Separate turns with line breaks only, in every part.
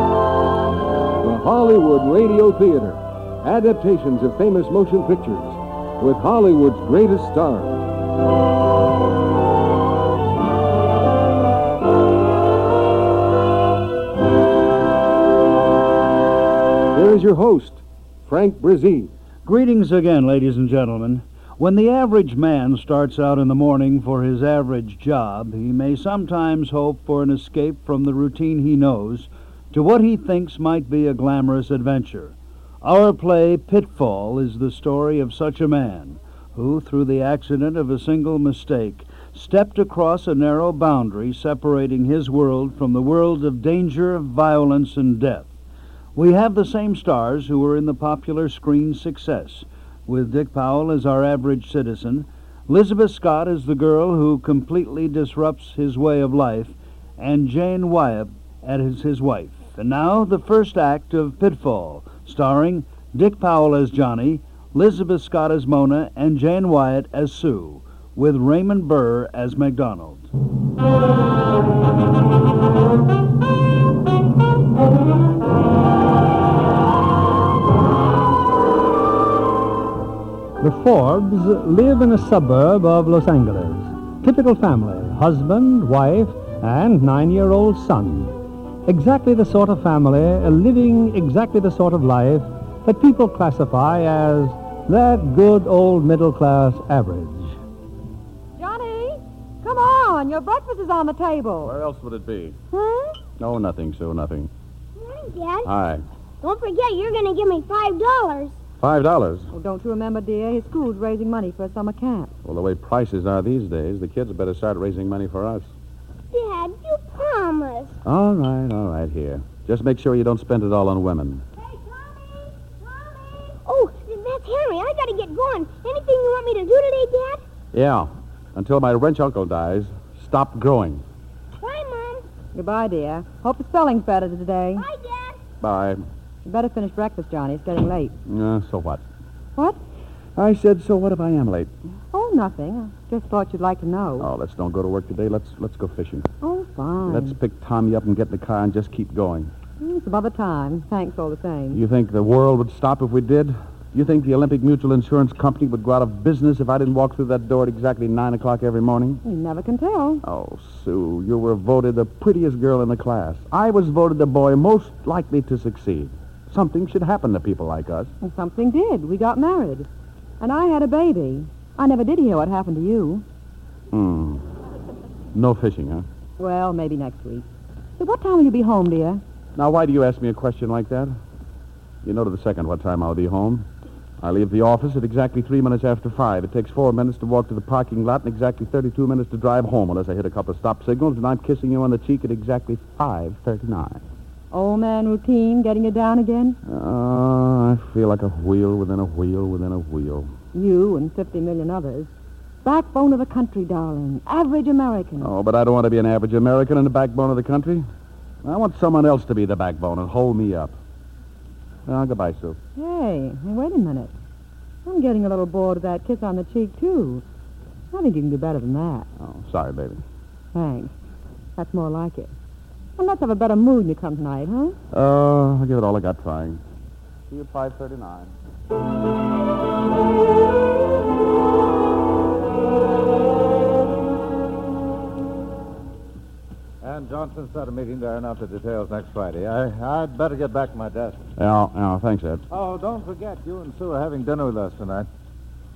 The Hollywood Radio Theater. Adaptations of famous motion pictures with Hollywood's greatest stars. Here is your host, Frank Brzee.
Greetings again, ladies and gentlemen. When the average man starts out in the morning for his average job, he may sometimes hope for an escape from the routine he knows to what he thinks might be a glamorous adventure. Our play, Pitfall, is the story of such a man who, through the accident of a single mistake, stepped across a narrow boundary separating his world from the world of danger, violence, and death. We have the same stars who were in the popular screen success, with Dick Powell as our average citizen, Elizabeth Scott as the girl who completely disrupts his way of life, and Jane Wyatt as his wife. And now, the first act of Pitfall, starring Dick Powell as Johnny, Elizabeth Scott as Mona, and Jane Wyatt as Sue, with Raymond Burr as MacDonald.
The Forbes live in a suburb of Los Angeles. Typical family husband, wife, and nine year old son. Exactly the sort of family uh, living exactly the sort of life that people classify as that good old middle class average.
Johnny, come on. Your breakfast is on the table.
Where else would it be?
Huh?
No, nothing, Sue, nothing.
Morning, Dad.
Hi.
Don't forget, you're going to give me five dollars.
Five dollars.
Well, Oh, don't you remember, dear? His school's raising money for a summer camp.
Well, the way prices are these days, the kids better start raising money for us.
Dad, you promised.
All right, all right, here. Just make sure you don't spend it all on women.
Oh, that's Henry. I got to get going. Anything you want me to do today, Dad?
Yeah. Until my wrench uncle dies, stop growing.
Bye, Mom.
Goodbye, dear. Hope the spelling's better today.
Bye, Dad.
Bye.
You better finish breakfast, Johnny. It's getting late.
Uh, so what?
What?
I said, so what if I am late?
Oh, nothing. I just thought you'd like to know.
Oh, let's don't go to work today. Let's let's go fishing.
Oh, fine.
Let's pick Tommy up and get in the car and just keep going.
Mm, Some other time. Thanks all the same.
You think the world would stop if we did? You think the Olympic Mutual Insurance Company would go out of business if I didn't walk through that door at exactly nine o'clock every morning?
You never can tell.
Oh, Sue, you were voted the prettiest girl in the class. I was voted the boy most likely to succeed. Something should happen to people like us.
And something did. We got married. And I had a baby. I never did hear what happened to you.
Hmm. No fishing, huh?
Well, maybe next week. So what time will you be home, dear?
Now, why do you ask me a question like that? You know to the second what time I'll be home. I leave the office at exactly three minutes after five. It takes four minutes to walk to the parking lot and exactly 32 minutes to drive home unless I hit a couple of stop signals, and I'm kissing you on the cheek at exactly 5.39.
Old man routine, getting you down again?
Oh, I feel like a wheel within a wheel within a wheel.
You and 50 million others. Backbone of the country, darling. Average American.
Oh, but I don't want to be an average American and the backbone of the country. I want someone else to be the backbone and hold me up. Now, goodbye, Sue.
Hey, hey, wait a minute. I'm getting a little bored of that kiss on the cheek, too. I think you can do better than that.
Oh, sorry, baby.
Thanks. That's more like it. Well, let's have a better mood when you come tonight, huh?
Uh, I'll give it all I got trying. See you at 539.
And Johnson's set a meeting to iron out the details next Friday. I, I'd better get back to my desk.
Yeah, yeah, thanks, Ed.
Oh, don't forget, you and Sue are having dinner with us tonight.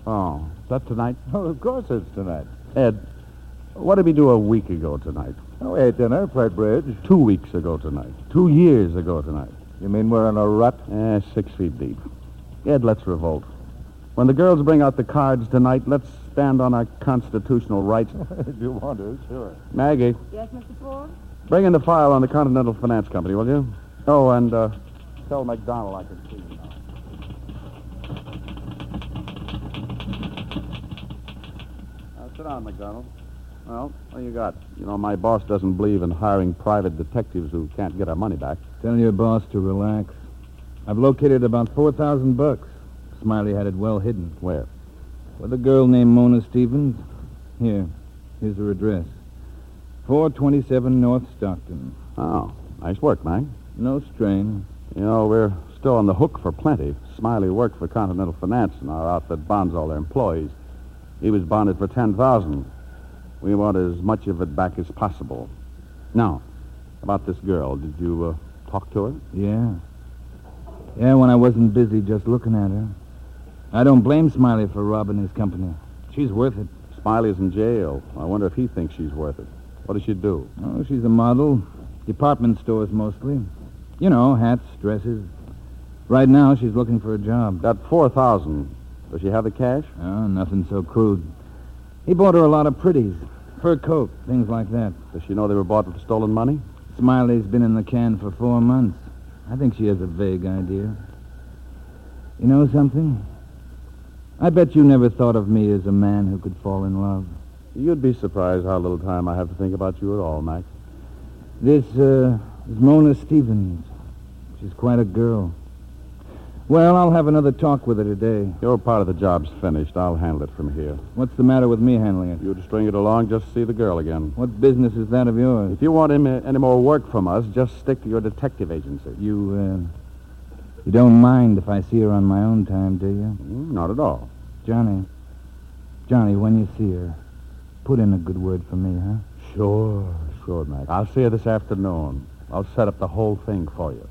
Oh, is that tonight?
Oh, of course it's tonight.
Ed, what did we do a week ago tonight?
Oh, we ate dinner, played bridge.
Two weeks ago tonight? Two years ago tonight?
You mean we're in a rut?
Eh, six feet deep. Ed, let's revolt. When the girls bring out the cards tonight, let's stand on our constitutional rights.
if you want to, sure.
Maggie,
Yes, Mr. Ford?
bring in the file on the Continental Finance Company, will you? Oh, and uh, tell McDonald I can see him now. Now, sit down, McDonald. Well, what you got? You know, my boss doesn't believe in hiring private detectives who can't get our money back.
Tell your boss to relax. I've located about 4,000 bucks. Smiley had it well hidden.
Where?
With a girl named Mona Stevens. Here. Here's her address. 427 North Stockton.
Oh, nice work, Mag.
No strain.
You know, we're still on the hook for plenty. Smiley worked for Continental Finance, and our outfit bonds all their employees. He was bonded for 10000 We want as much of it back as possible. Now, about this girl, did you uh, talk to her?
Yeah. Yeah, when I wasn't busy just looking at her. I don't blame Smiley for robbing his company. She's worth it.
Smiley's in jail. I wonder if he thinks she's worth it. What does she do?
Oh, she's a model. Department stores mostly. You know, hats, dresses. Right now, she's looking for a job.
Got 4000 Does she have the cash?
Oh, nothing so crude. He bought her a lot of pretties. Fur coat, things like that.
Does she know they were bought with stolen money?
Smiley's been in the can for four months. I think she has a vague idea. You know something? I bet you never thought of me as a man who could fall in love.
You'd be surprised how little time I have to think about you at all, Max.
This uh, is Mona Stevens. She's quite a girl. Well, I'll have another talk with her today.
Your part of the job's finished. I'll handle it from here.
What's the matter with me handling it?
You'd string it along just to see the girl again.
What business is that of yours?
If you want any, any more work from us, just stick to your detective agency.
You, uh, you don't mind if I see her on my own time, do you?
Mm, Not at all.
Johnny, Johnny, when you see her, put in a good word for me, huh?
Sure, sure, Mac. I'll see you this afternoon. I'll set up the whole thing for you.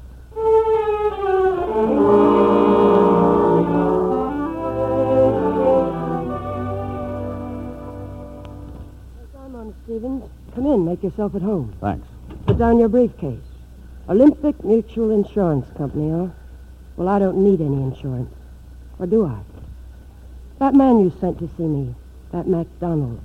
Come on, Stevens. Come in. Make yourself at home.
Thanks.
Put down your briefcase. Olympic Mutual Insurance Company, huh? Well, I don't need any insurance. Or do I? That man you sent to see me, that MacDonald.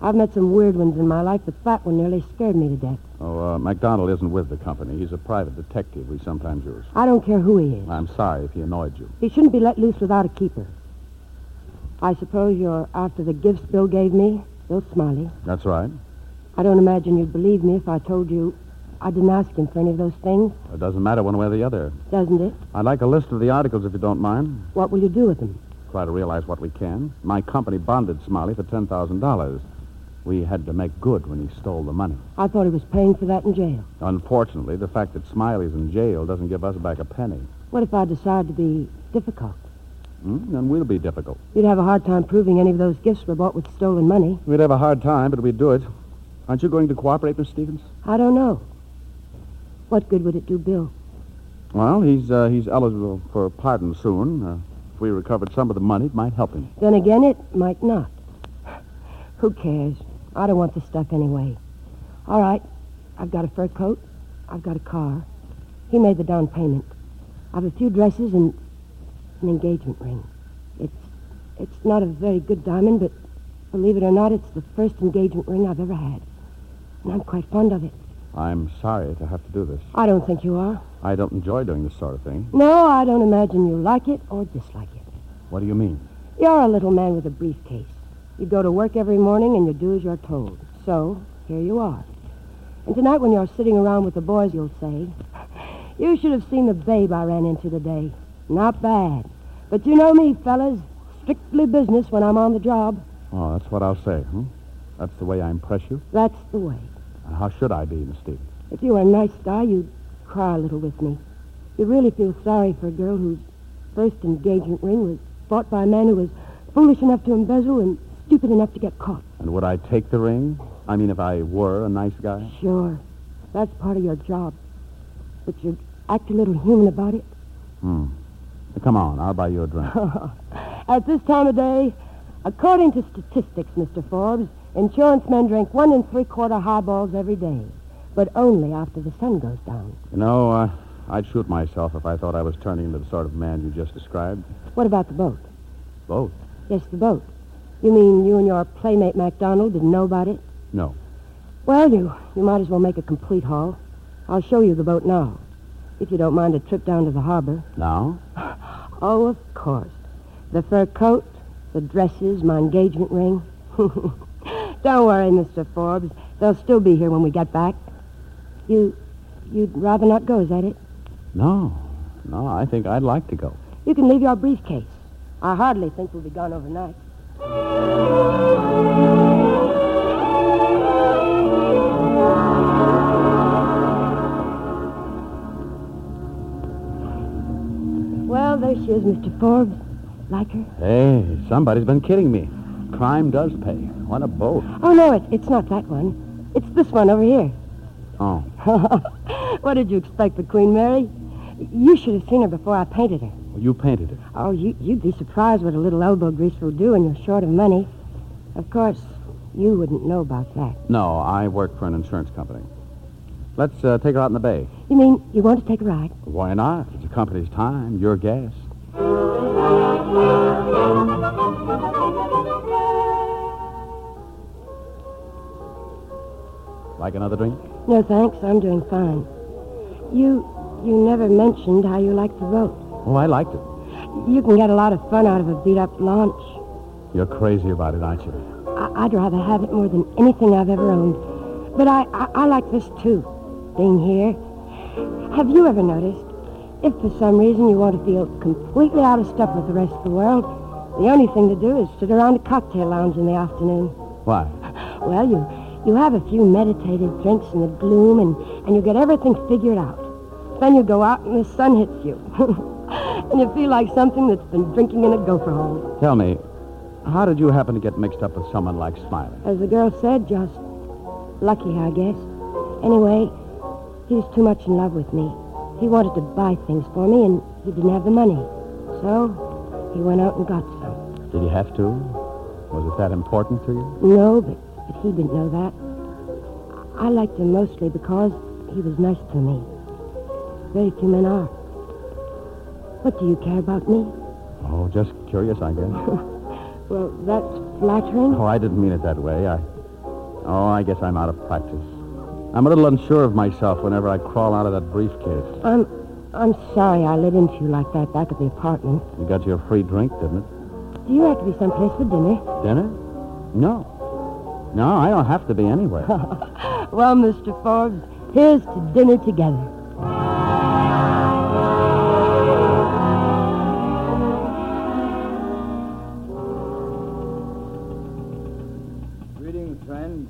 I've met some weird ones in my life, but that one nearly scared me to death.
Oh, uh, McDonald isn't with the company. He's a private detective we sometimes use.
I don't care who he is.
I'm sorry if he annoyed you.
He shouldn't be let loose without a keeper. I suppose you're after the gifts Bill gave me, Bill Smiley.
That's right.
I don't imagine you'd believe me if I told you I didn't ask him for any of those things,
It doesn't matter one way or the other.
doesn't it?
I'd like a list of the articles if you don't mind.
What will you do with them?
Try to realize what we can. My company bonded Smiley for $10,000. We had to make good when he stole the money.
I thought he was paying for that in jail.
Unfortunately, the fact that Smiley's in jail doesn't give us back a penny.
What if I decide to be difficult?
Hmm? And we'll be difficult.
You'd have a hard time proving any of those gifts were bought with stolen money.
We'd have a hard time, but we'd do it. Aren't you going to cooperate, Miss Stevens?
I don't know. What good would it do Bill?
Well, he's uh, he's eligible for pardon soon. Uh, if we recovered some of the money, it might help him.
Then again, it might not. Who cares? I don't want the stuff anyway. All right. I've got a fur coat. I've got a car. He made the down payment. I've a few dresses and an engagement ring. It's it's not a very good diamond, but believe it or not, it's the first engagement ring I've ever had. And I'm quite fond of it.
I'm sorry to have to do this.
I don't think you are.
I don't enjoy doing this sort of thing.
No, I don't imagine you like it or dislike it.
What do you mean?
You're a little man with a briefcase. You go to work every morning and you do as you're told. So, here you are. And tonight when you're sitting around with the boys, you'll say, You should have seen the babe I ran into today. Not bad. But you know me, fellas. Strictly business when I'm on the job.
Oh, that's what I'll say. Hmm? That's the way I impress you.
That's the way.
And how should I be, Miss Stevens?
If you were a nice guy, you'd cry a little with me. You really feel sorry for a girl who's first engagement ring was bought by a man who was foolish enough to embezzle and stupid enough to get caught.
And would I take the ring? I mean, if I were a nice guy?
Sure. That's part of your job. But you act a little human about it.
Hmm. Come on, I'll buy you a drink.
At this time of day, according to statistics, Mr. Forbes, insurance men drink one and three quarter highballs every day, but only after the sun goes down.
you know, uh, I'd shoot myself if I thought I was turning into the sort of man you just described.
What about the boat?
Both?
Yes, the boat. You mean you and your playmate MacDonald didn't know about it?
No.
Well, you, you might as well make a complete haul. I'll show you the boat now, if you don't mind a trip down to the harbor.
Now?
Oh, of course. The fur coat, the dresses, my engagement ring. Don't worry, Mr. Forbes. They'll still be here when we get back. You, you'd rather not go, is that it?
No. No, I think I'd like to go.
You can leave your briefcase. I hardly think we'll be gone overnight. Well, there she is, Mr. Forbes. Like her?
Hey, somebody's been kidding me. Crime does pay. What a boat.
Oh, no, it, it's not that one. It's this one over here.
Oh.
what did you expect but Queen Mary? You should have seen her before I painted her.
You painted it.
Oh, you, you'd be surprised what a little elbow grease will do when you're short of money. Of course, you wouldn't know about that.
No, I work for an insurance company. Let's uh, take her out in the bay.
You mean you want to take a ride?
Why not? It's the company's time, your gas. Like another drink?
No, thanks. I'm doing fine. You you never mentioned how you liked the boat.
Oh, I liked it.
You can get a lot of fun out of a beat up launch.
You're crazy about it, aren't you?
I, I'd rather have it more than anything I've ever owned. But I, I, I like this too, being here. Have you ever noticed? If for some reason you want to feel completely out of step with the rest of the world, the only thing to do is sit around a cocktail lounge in the afternoon.
Why?
Well, you, you have a few meditative drinks in the gloom, and, and you get everything figured out. Then you go out and the sun hits you. and you feel like something that's been drinking in a gopher hole.
Tell me, how did you happen to get mixed up with someone like Smiley?
As the girl said, just lucky, I guess. Anyway, he was too much in love with me. He wanted to buy things for me, and he didn't have the money. So he went out and got some.
Did you have to? Was it that important to you?
No, but, but he didn't know that. I liked him mostly because he was nice to me. Very few men are. What do you care about me?
Oh, just curious, I guess.
Well, that's flattering.
Oh, I didn't mean it that way. I. Oh, I guess I'm out of practice. I'm a little unsure of myself whenever I crawl out of that briefcase.
I'm, I'm sorry I let into you like that back at the apartment.
You got your free drink, didn't it?
Do you have to be someplace for dinner?
Dinner? No. No, I don't have to be anywhere.
Well, Mr. Forbes, here's to dinner together.
Greetings, friend.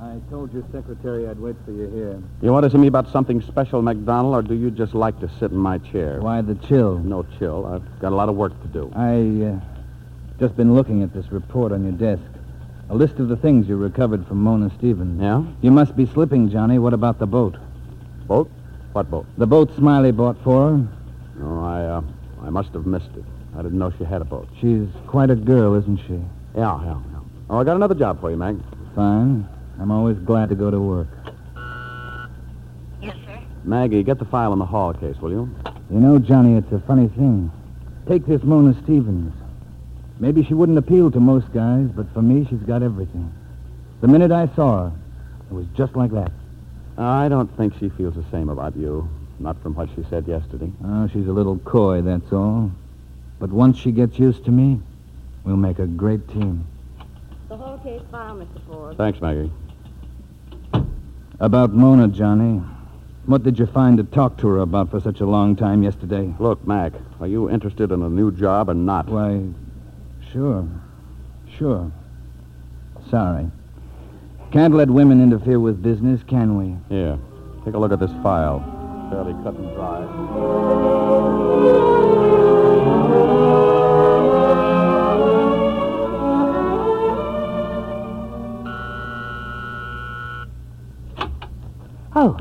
I told your secretary I'd wait for you here.
you want to see me about something special, MacDonald, or do you just like to sit in my chair?
Why the chill?
No chill. I've got a lot of work to do.
I uh, just been looking at this report on your desk. A list of the things you recovered from Mona Stevens.
Yeah?
You must be slipping, Johnny. What about the boat?
Boat? What boat?
The boat Smiley bought for her.
No, I, uh, I must have missed it. I didn't know she had a boat.
She's quite a girl, isn't she?
Yeah, yeah, yeah. Oh, I got another job for you, Mag.
Fine. I'm always glad to go to work.
Maggie, get the file on the Hall case, will you?
You know, Johnny, it's a funny thing. Take this Mona Stevens. Maybe she wouldn't appeal to most guys, but for me, she's got everything. The minute I saw her, it was just like that.
I don't think she feels the same about you. Not from what she said yesterday.
Oh, she's a little coy, that's all. But once she gets used to me, we'll make a great team.
The whole case file, Mr. Forbes.
Thanks, Maggie.
About Mona, Johnny. What did you find to talk to her about for such a long time yesterday?
Look, Mac, are you interested in a new job or not?
Why, sure. Sure. Sorry. Can't let women interfere with business, can we?
Here, take a look at this file. Fairly cut and dry.
Oh,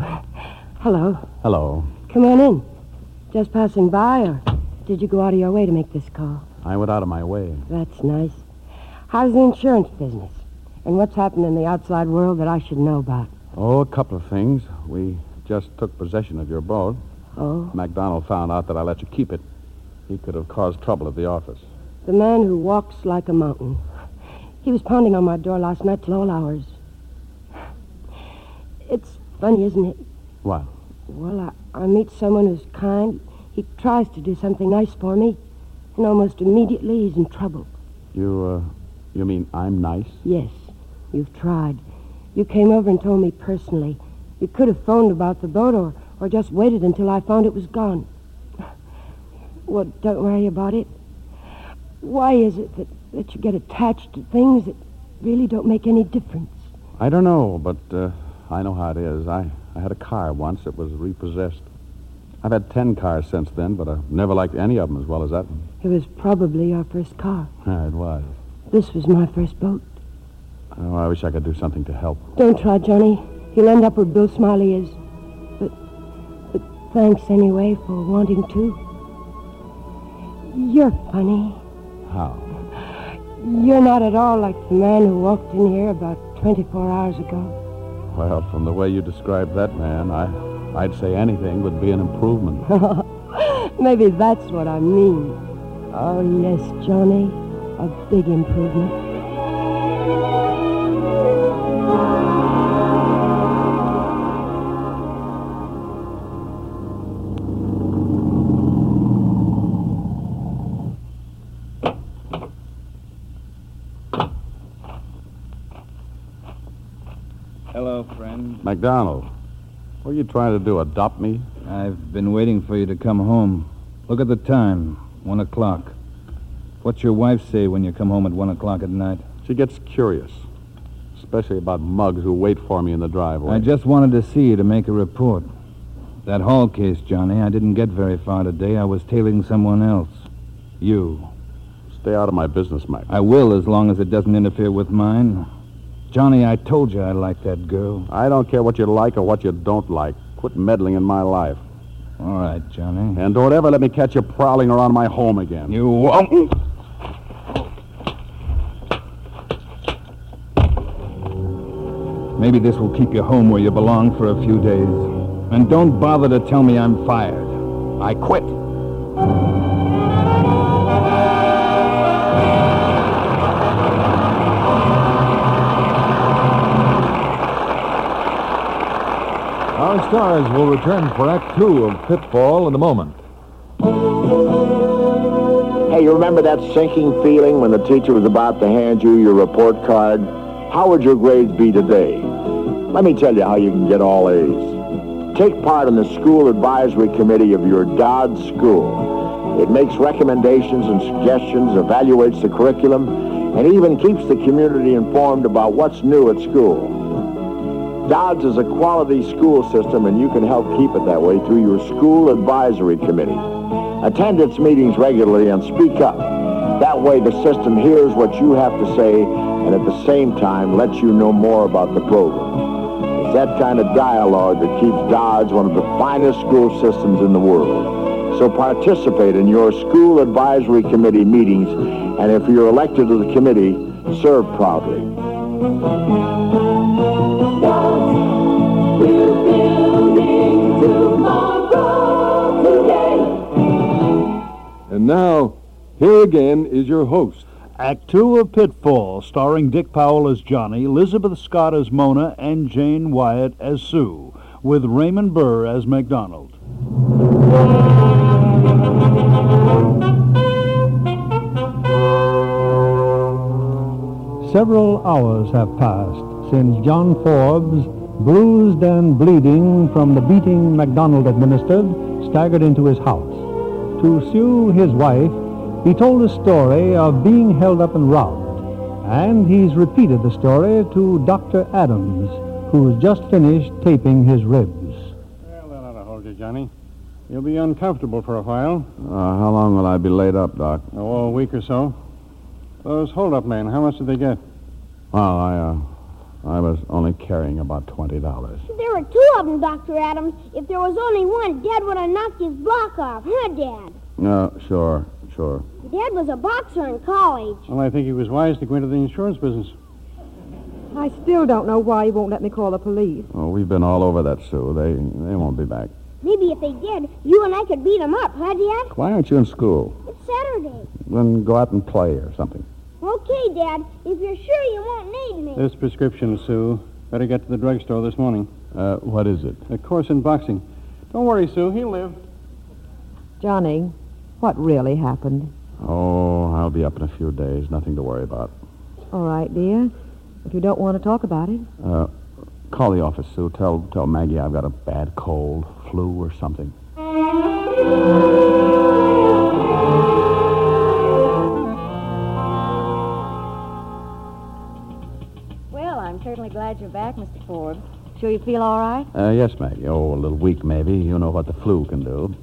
Hello.
Hello.
Come on in. Just passing by, or did you go out of your way to make this call?
I went out of my way.
That's nice. How's the insurance business? And what's happened in the outside world that I should know about?
Oh, a couple of things. We just took possession of your boat.
Oh,
MacDonald found out that I let you keep it. He could have caused trouble at the office.
the man who walks like a mountain. He was pounding on my door last night till all hours. It's funny, isn't it?
What?
Well, I, I meet someone who's kind. He tries to do something nice for me, and almost immediately he's in trouble.
You, uh, you mean I'm nice?
Yes, you've tried. You came over and told me personally. You could have phoned about the boat or, or just waited until I found it was gone. Well, don't worry about it. Why is it that, that you get attached to things that really don't make any difference?
I don't know, but uh, I know how it is. I, I had a car once that was repossessed. I've had ten cars since then, but I've never liked any of them as well as that one.
It was probably our first car.
Yeah, it was.
This was my first boat.
Oh, I wish I could do something to help.
Don't try, Johnny. You'll end up where Bill Smiley is. But, but thanks anyway for wanting to. You're funny.
How?
You're not at all like the man who walked in here about 24 hours ago.
Well, from the way you described that man, I, I'd say anything would be an improvement.
Maybe that's what I mean. Oh, yes, Johnny. A big improvement.
Hello, friend.
MacDonald, what are you trying to do? Adopt me?
I've been waiting for you to come home. Look at the time. One o'clock. What's your wife say when you come home at one o'clock at night?
She gets curious, especially about mugs who wait for me in the driveway.
I just wanted to see you to make a report. That Hall case, Johnny, I didn't get very far today. I was tailing someone else. You.
Stay out of my business, Mac.
I will as long as it doesn't interfere with mine. Johnny, I told you I liked that girl.
I don't care what you like or what you don't like. Quit meddling in my life.
All right, Johnny.
And don't ever let me catch you prowling around my home again.
You won't. Maybe this will keep you home where you belong for a few days. And don't bother to tell me I'm fired. I quit.
Our stars will return for Act Two of Pitfall in a moment.
Hey, you remember that sinking feeling when the teacher was about to hand you your report card? How would your grades be today? Let me tell you how you can get all A's. Take part in the school advisory committee of your Dodd school. It makes recommendations and suggestions, evaluates the curriculum, and even keeps the community informed about what's new at school. Dodds is a quality school system, and you can help keep it that way through your school advisory committee. Attend its meetings regularly and speak up. That way the system hears what you have to say and at the same time lets you know more about the program. It's that kind of dialogue that keeps Dodds one of the finest school systems in the world. So participate in your school advisory committee meetings, and if you're elected to the committee, serve proudly.
And now, here again is your host.
Act Two of Pitfall, starring Dick Powell as Johnny, Elizabeth Scott as Mona, and Jane Wyatt as Sue, with Raymond Burr as MacDonald.
Several hours have passed since John Forbes, bruised and bleeding from the beating MacDonald administered, staggered into his house. To Sue, his wife, he told a story of being held up and robbed, and he's repeated the story to Dr. Adams, who's just finished taping his ribs.
Uh,
Well, that ought to hold you, Johnny. You'll be uncomfortable for a while.
Uh, how long will I be laid up, Doc?
Oh, a week or so. Those hold-up men, how much did they get?
Well, I, uh, I was only carrying about $20.
There were two of them, Dr. Adams. If there was only one, Dad would have knocked his block off, huh, Dad?
No, sure, sure.
Dad was a boxer in college.
Well, I think he was wise to go into the insurance business.
I still don't know why he won't let me call the police.
Oh, we've been all over that, Sue. They, they won't be back.
Maybe if they did, you and I could beat him up, huh, Dad?
Why aren't you in school?
It's Saturday.
Then go out and play or something.
Okay, Dad, if you're sure you won't need me.
This prescription, Sue. Better get to the drugstore this morning.
Uh, what is it?
A course in boxing. Don't worry, Sue. He'll live.
Johnny, what really happened?
Oh, I'll be up in a few days. Nothing to worry about.
All right, dear. If you don't want to talk about it.
Uh, call the office, Sue. Tell, tell Maggie I've got a bad cold, flu, or something.
Well, I'm certainly glad you're back, Mr. Forbes. Sure you feel all right?
Uh, yes, Maggie. Oh, a little weak, maybe. You know what the flu can do.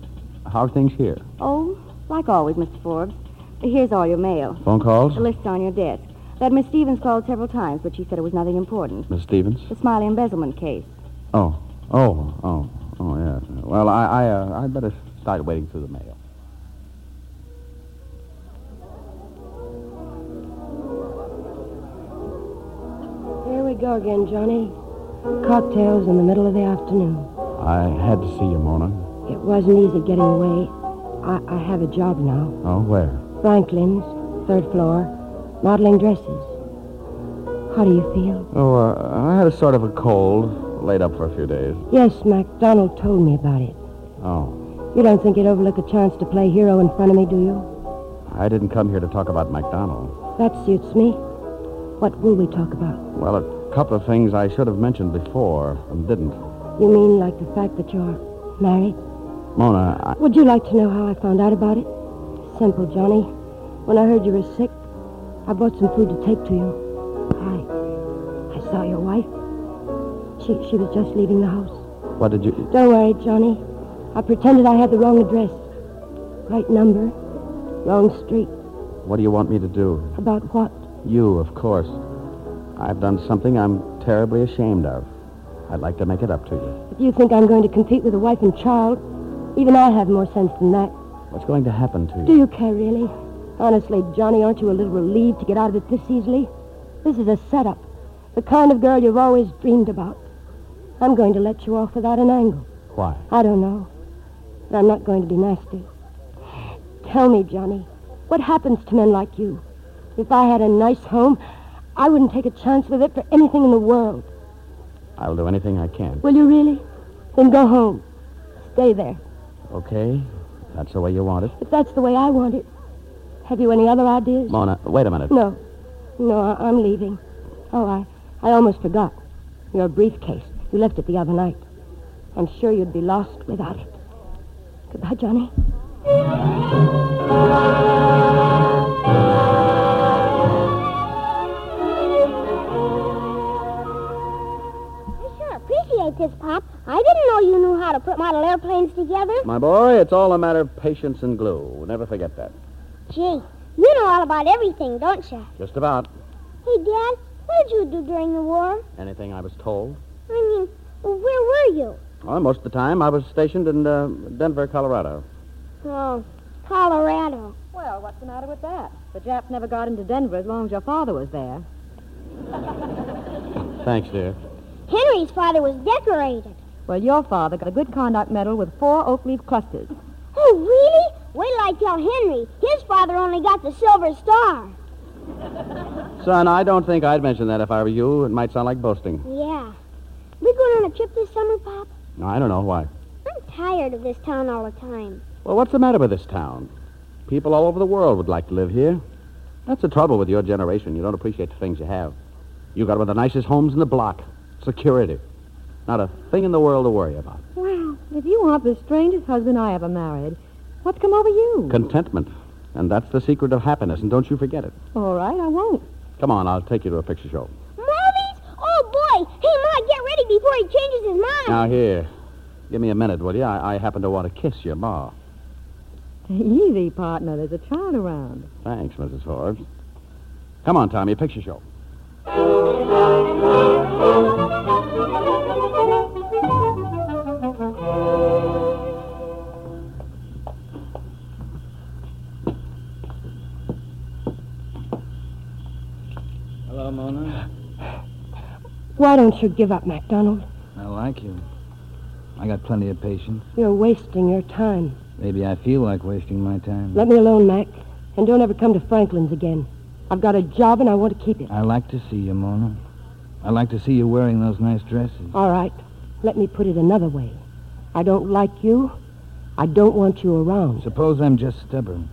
How are things here?
Oh, like always, Mr. Forbes. Here's all your mail.
Phone calls?
The list on your desk. That Miss Stevens called several times, but she said it was nothing important.
Miss Stevens?
The Smiley embezzlement case.
Oh, oh, oh, oh, yeah. Well, I, I, uh, I'd better start waiting for the mail.
Here we go again, Johnny. Cocktails in the middle of the afternoon.
I had to see you, Mona.
It wasn't easy getting away. I, I have a job now.
Oh, where?
Franklin's, third floor, modeling dresses. How do you feel?
Oh, uh, I had a sort of a cold, laid up for a few days.
Yes, MacDonald told me about it.
Oh,
You don't think you'd overlook a chance to play hero in front of me, do you?
I didn't come here to talk about McDonald.
That suits me. What will we talk about?
Well, a couple of things I should have mentioned before and didn't.
You mean like the fact that you're married?
Mona, I,
Would you like to know how I found out about it? Simple, Johnny. When I heard you were sick, I bought some food to take to you. I, I saw your wife. She, she was just leaving the house.
what did you...
Don't worry, Johnny. I pretended I had the wrong address. Right number, wrong street.
What do you want me to do?
About what?
You, of course. I've done something I'm terribly ashamed of. I'd like to make it up to you.
If you think I'm going to compete with a wife and child, even I have more sense than that.
What's going to happen to you?
Do you care, really? Honestly, Johnny, aren't you a little relieved to get out of it this easily? This is a setup. The kind of girl you've always dreamed about. I'm going to let you off without an angle.
Why?
I don't know. But I'm not going to be nasty. Tell me, Johnny, what happens to men like you? If I had a nice home, I wouldn't take a chance with it for anything in the world.
I'll do anything I can.
Will you really? Then go home. Stay there.
Okay? That's the way you want it.
If that's the way I want it. Have you any other ideas?
Mona, wait a minute.
No. No, I- I'm leaving. Oh, I, I almost forgot. Your briefcase. You left it the other night. I'm sure you'd be lost without it. Goodbye, Johnny.
I sure appreciate this, Pop. I didn't know you knew how to put model airplanes together.
My boy, it's all a matter of patience and glue. Never forget that.
Gee, you know all about everything, don't you?
Just about
Hey, Dad, what did you do during the war?
anything I was told.
I mean, where were you?
Well, most of the time I was stationed in uh, Denver, Colorado.
Oh, Colorado.
Well, what's the matter with that? The Japs never got into Denver as long as your father was there.
Thanks, dear.
Henry's father was decorated.
Well, your father got a good conduct medal with four oak leaf clusters.
Oh, really? Wait till I tell Henry. His father only got the Silver Star.
Son, I don't think I'd mention that if I were you. It might sound like boasting.
Yeah. We going on a trip this summer, Pop?
No, I don't know why.
I'm tired of this town all the time.
Well, what's the matter with this town? People all over the world would like to live here. That's the trouble with your generation. You don't appreciate the things you have. You got one of the nicest homes in the block. Security. Not a thing in the world to worry about.
Wow. If you aren't the strangest husband I ever married, what's come over you?
Contentment. And that's the secret of happiness, and don't you forget it.
All right, I won't.
Come on, I'll take you to a picture show.
Movies? Oh, boy. Hey, Ma, get ready before he changes his mind.
Now, here. Give me a minute, will you? I, I happen to want to kiss your ma.
Easy, partner. There's a child around.
Thanks, Mrs. Forbes. Come on, Tommy, picture show.
Hello, Mona.
Why don't you give up, MacDonald?
I like you. I got plenty of patience.
You're wasting your time.
Maybe I feel like wasting my time.
Let me alone, Mac, and don't ever come to Franklin's again. I've got a job and I want to keep it.
I like to see you, Mona. I like to see you wearing those nice dresses.
All right, let me put it another way. I don't like you. I don't want you around.
Suppose I'm just stubborn.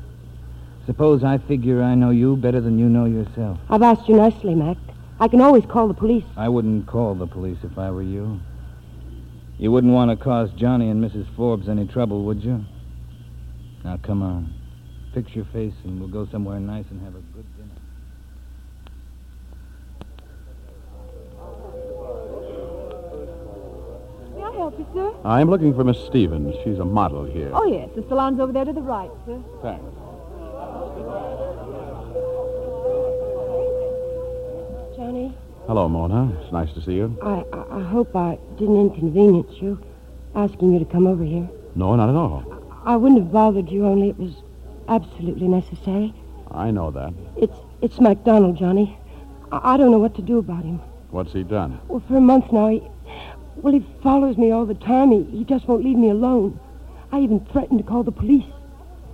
Suppose I figure I know you better than you know yourself.
I've asked you nicely, Mac. I can always call the police.
I wouldn't call the police if I were you. You wouldn't want to cause Johnny and Mrs. Forbes any trouble, would you? Now, come on. Fix your face, and we'll go somewhere nice and have a good dinner.
May I help you, sir?
I'm looking for Miss Stevens. She's a model here.
Oh, yes. The salon's over there to the right, sir.
Thanks.
Johnny,
Hello, Mona. It's nice to see you.
I, I, I hope I didn't inconvenience you asking you to come over here.
No, not at all.
I wouldn't have bothered you, only it was absolutely necessary.
I know that.
It's, it's MacDonald, Johnny. I, I don't know what to do about him.
What's he done?
Well, for a month now, he. Well, he follows me all the time. He, he just won't leave me alone. I even threatened to call the police.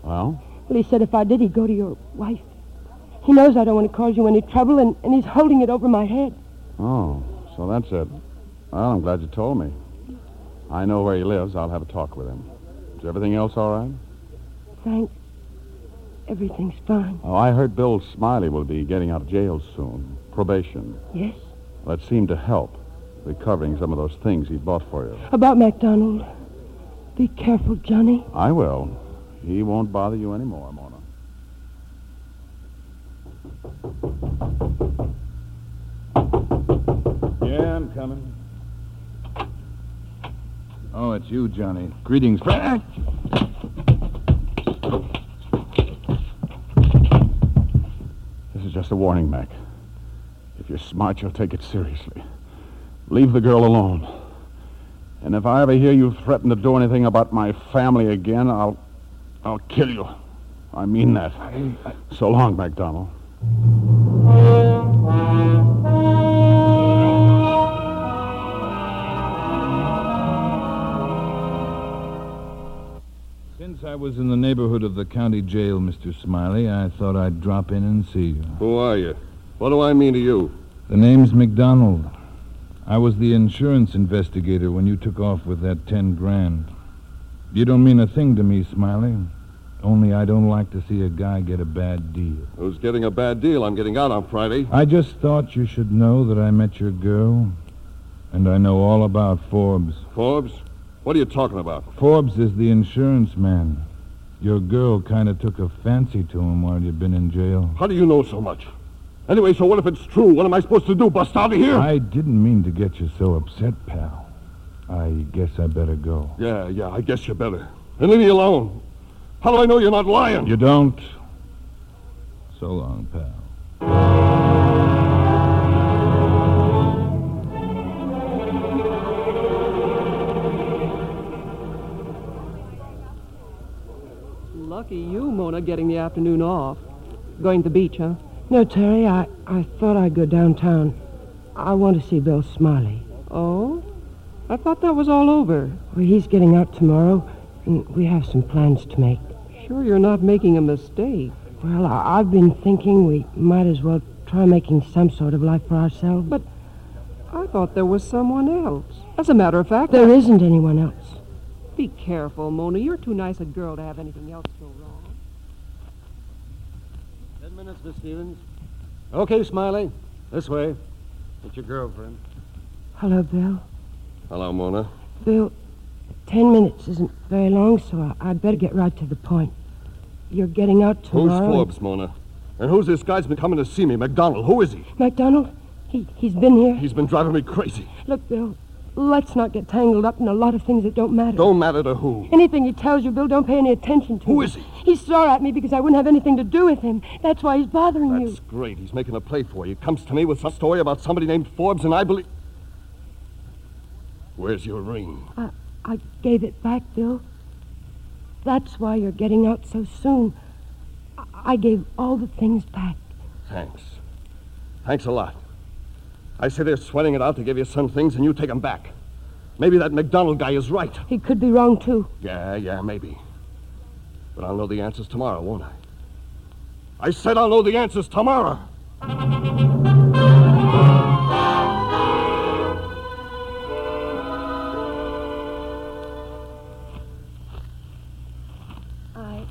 Well,
Well, he said if I did, he'd go to your wife. He knows I don't want to cause you any trouble, and, and he's holding it over my head.
oh, so that's it. Well, I'm glad you told me. I know where he lives. I'll have a talk with him. Is everything else all right?
Thanks. Everything's fine.
Oh, I heard Bill Smiley will be getting out of jail soon. Probation.
Yes?
That seemed to help, recovering some of those things he bought for you.
About MacDonald. Be careful, Johnny.
I will. He won't bother you anymore, Mona.
Yeah, I'm coming.
Oh, it's you, Johnny. Greetings, friend.
This is just a warning, Mac. If you're smart, you'll take it seriously. Leave the girl alone. And if I ever hear you threaten to do anything about my family again, I'll. I'll kill you. I mean that. So long, MacDonald.
Since I was in the neighborhood of the county jail, Mr. Smiley, I thought I'd drop in and see you.
Who are you? What do I mean to you?
The name's McDonald. I was the insurance investigator when you took off with that ten grand. You don't mean a thing to me, Smiley. Only I don't like to see a guy get a bad deal.
Who's getting a bad deal? I'm getting out on Friday.
I just thought you should know that I met your girl, and I know all about Forbes.
Forbes, what are you talking about?
Forbes is the insurance man. Your girl kind of took a fancy to him while you've been in jail.
How do you know so much? Anyway, so what if it's true? What am I supposed to do? Bust out of here?
I didn't mean to get you so upset, pal. I guess I better go.
Yeah, yeah, I guess you better. And leave me alone. How do I know you're not lying?
You don't. So long, pal.
Lucky you, Mona, getting the afternoon off. Going to the beach, huh?
No, Terry, I, I thought I'd go downtown. I want to see Bill Smiley.
Oh? I thought that was all over.
Well, he's getting out tomorrow, and we have some plans to make.
Sure you're not making a mistake.
Well, I, I've been thinking we might as well try making some sort of life for ourselves.
But I thought there was someone else. As a matter of fact,
there
I-
isn't anyone else.
Be careful, Mona. You're too nice a girl to have anything else go wrong.
Ten minutes, Miss Stevens. Okay, Smiley. This way. It's your girlfriend.
Hello, Bill.
Hello, Mona.
Bill, ten minutes isn't very long, so I, I'd better get right to the point. You're getting out
Who's
tomorrow.
Forbes, Mona? And who's this guy's been coming to see me? McDonald. Who is he?
MacDonald, he, he's been here.
He's been driving me crazy.
Look, Bill, Let's not get tangled up in a lot of things that don't matter.
Don't matter to who.
Anything he tells you, Bill, don't pay any attention to.
Who is he?
He's sore at me because I wouldn't have anything to do with him. That's why he's bothering you.
That's great. He's making a play for you. Comes to me with some story about somebody named Forbes, and I believe. Where's your ring?
I, I gave it back, Bill. That's why you're getting out so soon. I, I gave all the things back.
Thanks. Thanks a lot. I sit there sweating it out to give you some things, and you take 'em back. Maybe that McDonald guy is right.
He could be wrong, too.
Yeah, yeah, maybe. But I'll know the answers tomorrow, won't I? I said I'll know the answers tomorrow.
I,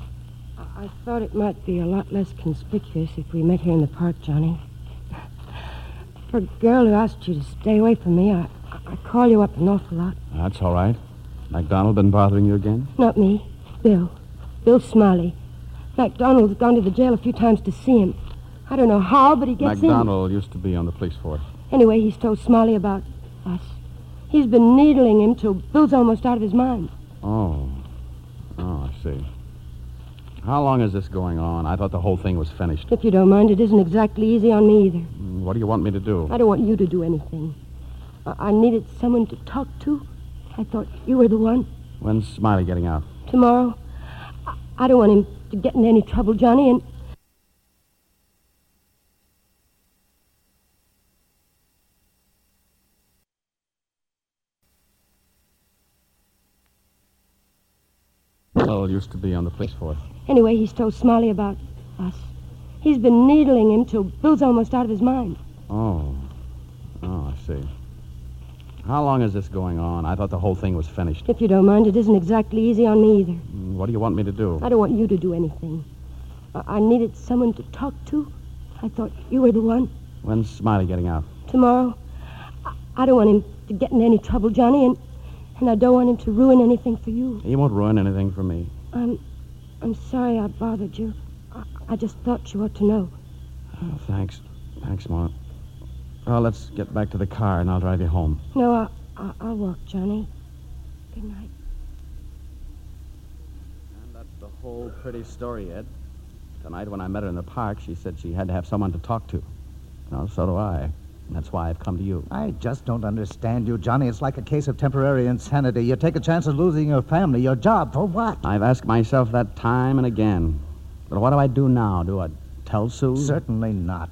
I I thought it might be a lot less conspicuous if we met here in the park, Johnny. For a girl who asked you to stay away from me, I, I call you up an awful lot.
That's all right. MacDonald been bothering you again?
Not me, Bill. Bill Smiley. MacDonald's gone to the jail a few times to see him. I don't know how, but he gets
MacDonald used to be on the police force.
in. Anyway, he's told Smiley about us. He's been needling him till Bill's almost out of his mind.
Oh. Oh, I see. How long is this going on? I thought the whole thing was finished.
If you don't mind, it isn't exactly easy on me either.
What do you want me to do?
I don't want you to do anything. I, I needed someone to talk to. I thought you were the one.
When's Smiley getting out?
Tomorrow, I, I don't want him to get into any trouble, Johnny, and
Well, used to be on the police force.
anyway, he's told Smiley about us. He's been needling him till Bill's almost out of his mind.
Oh. Oh, I see. How long is this going on? I thought the whole thing was finished.
If you don't mind, it isn't exactly easy on me either.
What do you want me to do?
I don't want you to do anything. I, I needed someone to talk to. I thought you were the one.
When's Smiley getting out?
Tomorrow, I, I don't want him to get into any trouble, Johnny, and, and I don't want him to ruin anything for you.
He won't ruin anything for me.
I'm, I'm sorry I bothered you. I, I just thought you ought to know.
Oh, thanks. Thanks, Mort. Well, let's get back to the car and I'll drive you home.
No, I, I, I'll walk, Johnny. Good night.
And that's the whole pretty story, Ed. Tonight, when I met her in the park, she said she had to have someone to talk to. Well, so do I. That's why I've come to you.
I just don't understand you, Johnny. It's like a case of temporary insanity. You take a chance of losing your family, your job, for what?
I've asked myself that time and again. But what do I do now? Do I tell Sue?
Certainly not.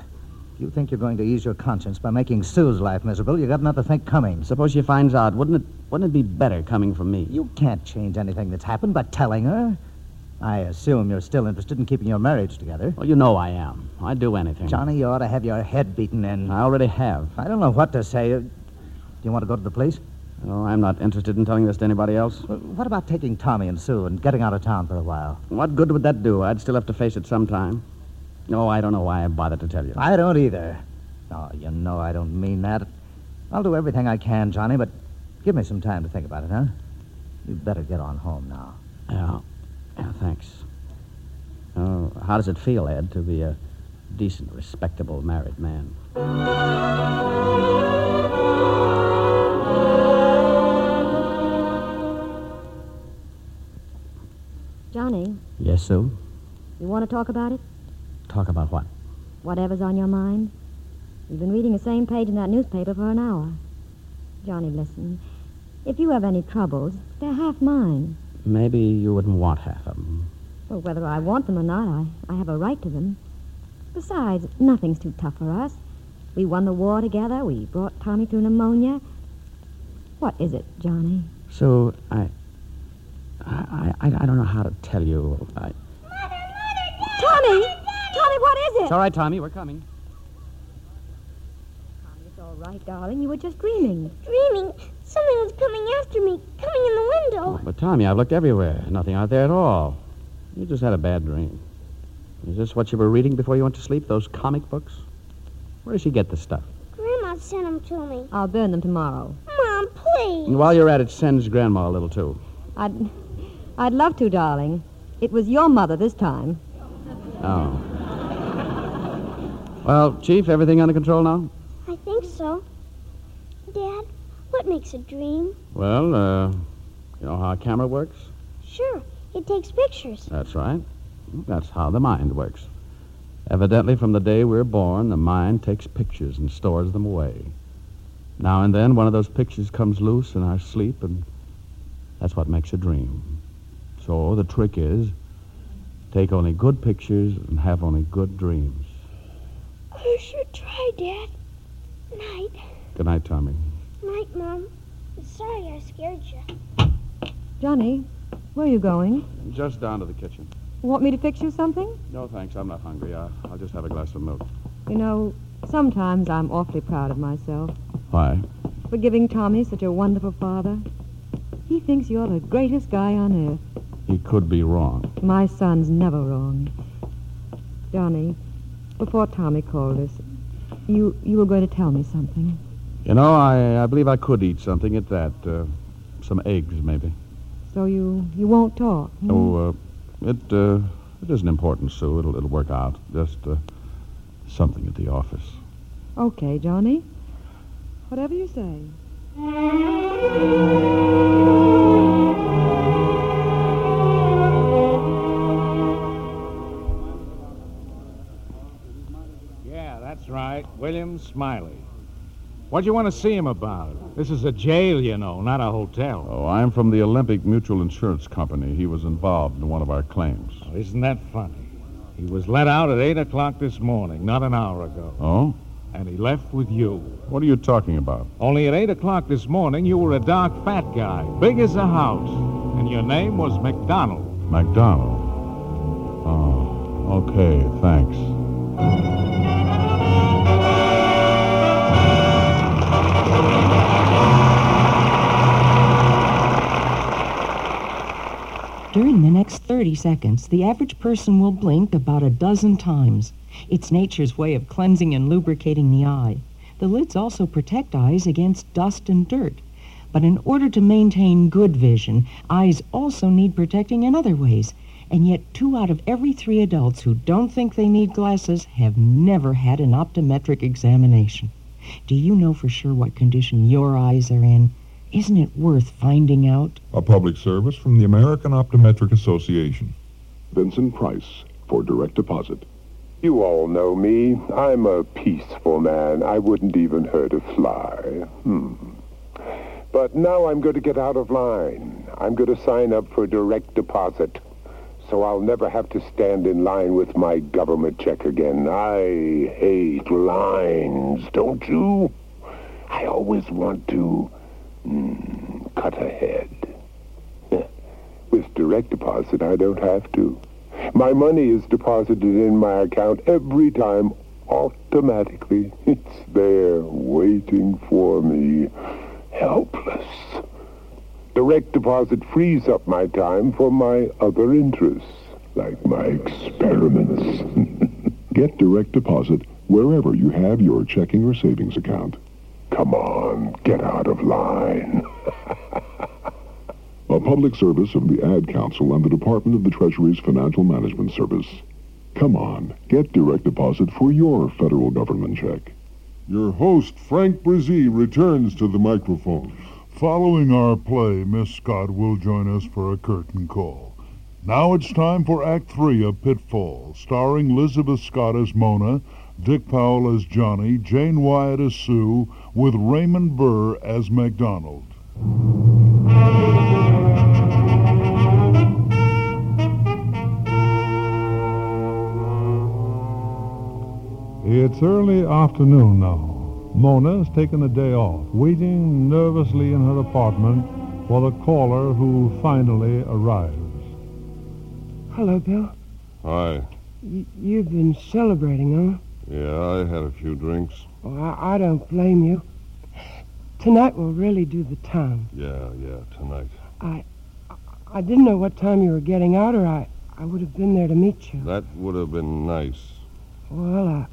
You think you're going to ease your conscience by making Sue's life miserable. You got another thing coming.
Suppose she finds out. Wouldn't it wouldn't it be better coming from me?
You can't change anything that's happened by telling her. I assume you're still interested in keeping your marriage together.
Well, you know I am. I'd do anything.
Johnny, you ought to have your head beaten in.
I already have.
I don't know what to say. Do you want to go to the police?
Oh, I'm not interested in telling this to anybody else.
Well, What about taking Tommy and Sue and getting out of town for a while?
What good would that do? I'd still have to face it sometime. No, I don't know why I bothered to tell you.
I don't either. Oh, you know I don't mean that. I'll do everything I can, Johnny, but give me some time to think about it, huh? You'd better get on home now.
Yeah. Yeah, thanks. Oh, how does it feel, Ed, to be a decent, respectable married man?
Johnny,
Yes, Sue?
you want to talk about it?
Talk about what?
Whatever's on your mind? You've been reading the same page in that newspaper for an hour. Johnny, listen. If you have any troubles, they're half mine.
Maybe you wouldn't want half of them.
Well, whether I want them or not, I, I have a right to them. Besides, nothing's too tough for us. We won the war together. We brought Tommy through pneumonia. What is it, Johnny?
Sue, I. I, I, I don't know how to tell you. I...
Tommy! Tommy, what is it?
It's all right, Tommy. We're coming.
It's all right, darling. You were just dreaming.
Dreaming. Something was coming after me, coming in the window.
But, Tommy, I've looked everywhere. Nothing out there at all. You just had a bad dream. Is this what you were reading before you went to sleep? Those comic books? Where does she get the stuff?
Grandma sent them to me.
I'll burn them tomorrow.
Mom, please.
And while you're at it, sends Grandma a little, too.
I'd, I'd love to, darling. It was your mother this time.
Oh. Well, Chief, everything under control now?
I think so. Dad, What makes a dream?
Well, uh, you know how a camera works?
Sure, it takes pictures.
That's right. That's how the mind works. Evidently, from the day we're born, the mind takes pictures and stores them away. Now and then, one of those pictures comes loose in our sleep, and that's what makes a dream. So the trick is take only good pictures and have only good dreams.
I should try, Dad. Night.
Good night, Tommy.
Night, Mom. Sorry I scared you.
Johnny, where are you going?
Just down to the kitchen.
Want me to fix you something?
No, thanks. I'm not hungry. I, I'll just have a glass of milk.
You know, sometimes I'm awfully proud of myself
Why?
for giving Tommy such a wonderful father. He thinks you're the greatest guy on earth.
He could be wrong.
My son's never wrong. Johnny, before Tommy called us, you you were going to tell me something.
You know, I, I believe I could eat something at that. Uh, some eggs, maybe.
So you you won't talk. hmm?
Oh, uh, it, uh, it isn't important, Sue. It'll, it'll work out. Just uh, something at the office.
Okay, Johnny. Whatever you say.
Yeah, that's right. William Smiley. What do you want to see him about? This is a jail, you know, not a hotel.
Oh, I'm from the Olympic Mutual Insurance Company. He was involved in one of our claims.
Oh, Isn't that funny? He was let out at 8 o'clock this morning, not an hour ago.
Oh?
And he left with you.
What are you talking about?
Only at 8 o'clock this morning, you were a dark, fat guy, big as a house. And your name was McDonald.
McDonald. Oh, okay, thanks.
During the next 30 seconds, the average person will blink about a dozen times. It's nature's way of cleansing and lubricating the eye. The lids also protect eyes against dust and dirt. But in order to maintain good vision, eyes also need protecting in other ways. And yet, two out of every three adults who don't think they need glasses have never had an optometric examination. Do you know for sure what condition your eyes are in? Isn't it worth finding out?
A public service from the American Optometric Association.
Vincent Price for direct deposit. You all know me. I'm a peaceful man. I wouldn't even hurt a fly. Hmm. But now I'm going to get out of line. I'm going to sign up for direct deposit. So I'll never have to stand in line with my government check again. I hate lines, don't you? I always want to mm, cut ahead. With direct deposit, I don't have to. My money is deposited in my account every time automatically. It's there waiting for me, helpless. Direct deposit frees up my time for my other interests, like my experiments. Get direct deposit wherever you have your checking or savings account. Come on, get out of line. A public service of the Ad Council and the Department of the Treasury's Financial Management Service. Come on, get direct deposit for your federal government check.
Your host, Frank Brzee, returns to the microphone. Following our play, Miss Scott will join us for a curtain call. Now it's time for Act Three of Pitfall, starring Elizabeth Scott as Mona, Dick Powell as Johnny, Jane Wyatt as Sue, with Raymond Burr as MacDonald.
It's early afternoon now. Mona's taken a day off, waiting nervously in her apartment for the caller who finally arrives.
Hello, Bill.
Hi.
Y- you've been celebrating, huh?
Yeah, I had a few drinks.
Well, I-, I don't blame you. Tonight will really do the town.
Yeah, yeah, tonight.
I I didn't know what time you were getting out, or I, I would have been there to meet you.
That would have been nice.
Well, I,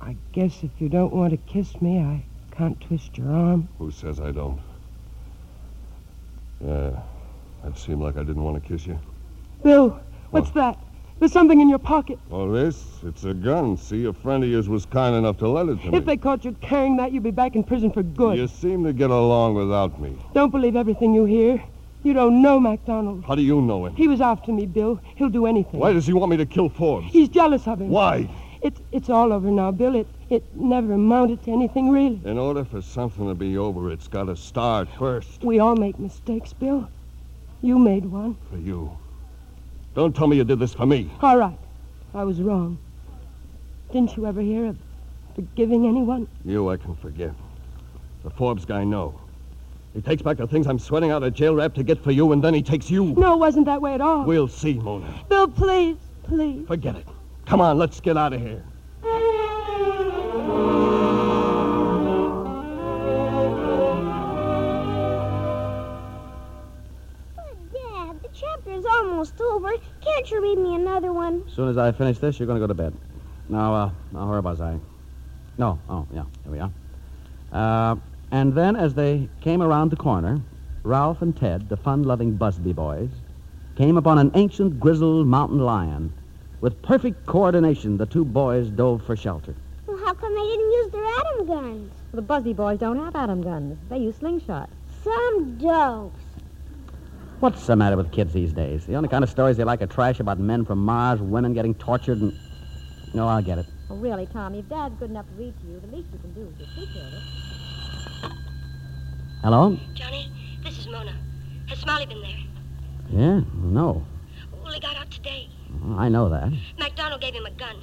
I guess if you don't want to kiss me, I can't twist your arm.
Who says I don't? Yeah, that seemed like I didn't want to kiss you.
Oh. Bill, what's that? There's something in your pocket.
Well, this, it's a gun. See, a friend of yours was kind enough to let it to me.
If they caught you carrying that, you'd be back in prison for good.
You seem to get along without me.
Don't believe everything you hear. You don't know MacDonald.
How do you know him?
He was after me, Bill. He'll do anything.
Why does he want me to kill Forbes?
He's jealous of him.
Why?
It's, it's all over now, Bill. It, it never amounted to anything, really.
In order for something to be over, it's got to start first.
We all make mistakes, Bill. You made one.
For you. Don't tell me you did this for me.
All right. I was wrong. Didn't you ever hear of forgiving anyone?
You I can forgive. The Forbes guy, no. He takes back the things I'm sweating out of jail rap to get for you, and then he takes you.
No, it wasn't that way at all.
We'll see, Mona.
Bill, please, please.
Forget it. Come on, let's get out of here.
Dad, the chapter's almost over. Can't you read me another one?
As soon as I finish this, you're going to go to bed. Now, uh, now where was I? No, oh, yeah, here we are. Uh, and then, as they came around the corner, Ralph and Ted, the fun-loving Busby boys, came upon an ancient, grizzled mountain lion. With perfect coordination, the two boys dove for shelter.
Well, how come they didn't use their atom guns?
The Busby boys don't have atom guns. They use slingshots.
Some dope.
What's the matter with kids these days? The only kind of stories they like are trash about men from Mars, women getting tortured, and... No, I'll get it.
Oh, really, Tommy, if Dad's good enough to read to you, the least you can do is to appreciate it.
Hello?
Johnny, this is Mona. Has Smiley been there?
Yeah? No.
Well, he got out today.
I know that.
MacDonald gave him a gun.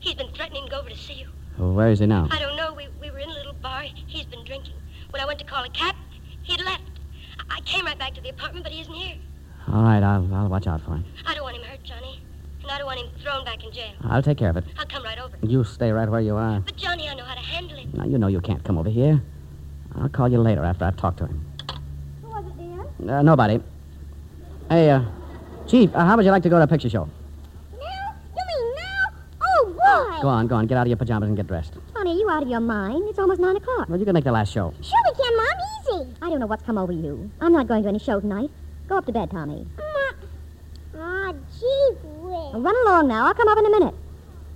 He's been threatening to go over to see you.
Where is he now?
I don't know. We, we were in a little bar. He's been drinking. When I went to call a cab, he'd left. I- I came right back to the apartment, but he isn't here.
All right, I'll, I'll watch out for him.
I don't want him hurt, Johnny. And I don't want him thrown back in jail.
I'll take care of it.
I'll come right over.
You stay right where you are.
But, Johnny, I know how to handle him.
Now, you know you can't come over here. I'll call you later after I've talked to him.
Who was it, Dan?
Uh, nobody. Hey, uh, Chief, uh, how would you like to go to a picture show?
Now? You mean now? Oh, boy!
Go on, go on. Get out of your pajamas and get dressed.
Tommy, are you out of your mind? It's almost nine o'clock.
Well, you can make the last show.
Sure we can, Mom. Easy.
I don't know what's come over you. I'm not going to any show tonight. Go up to bed, Tommy.
Ah, gee whiz.
Run along now. I'll come up in a minute.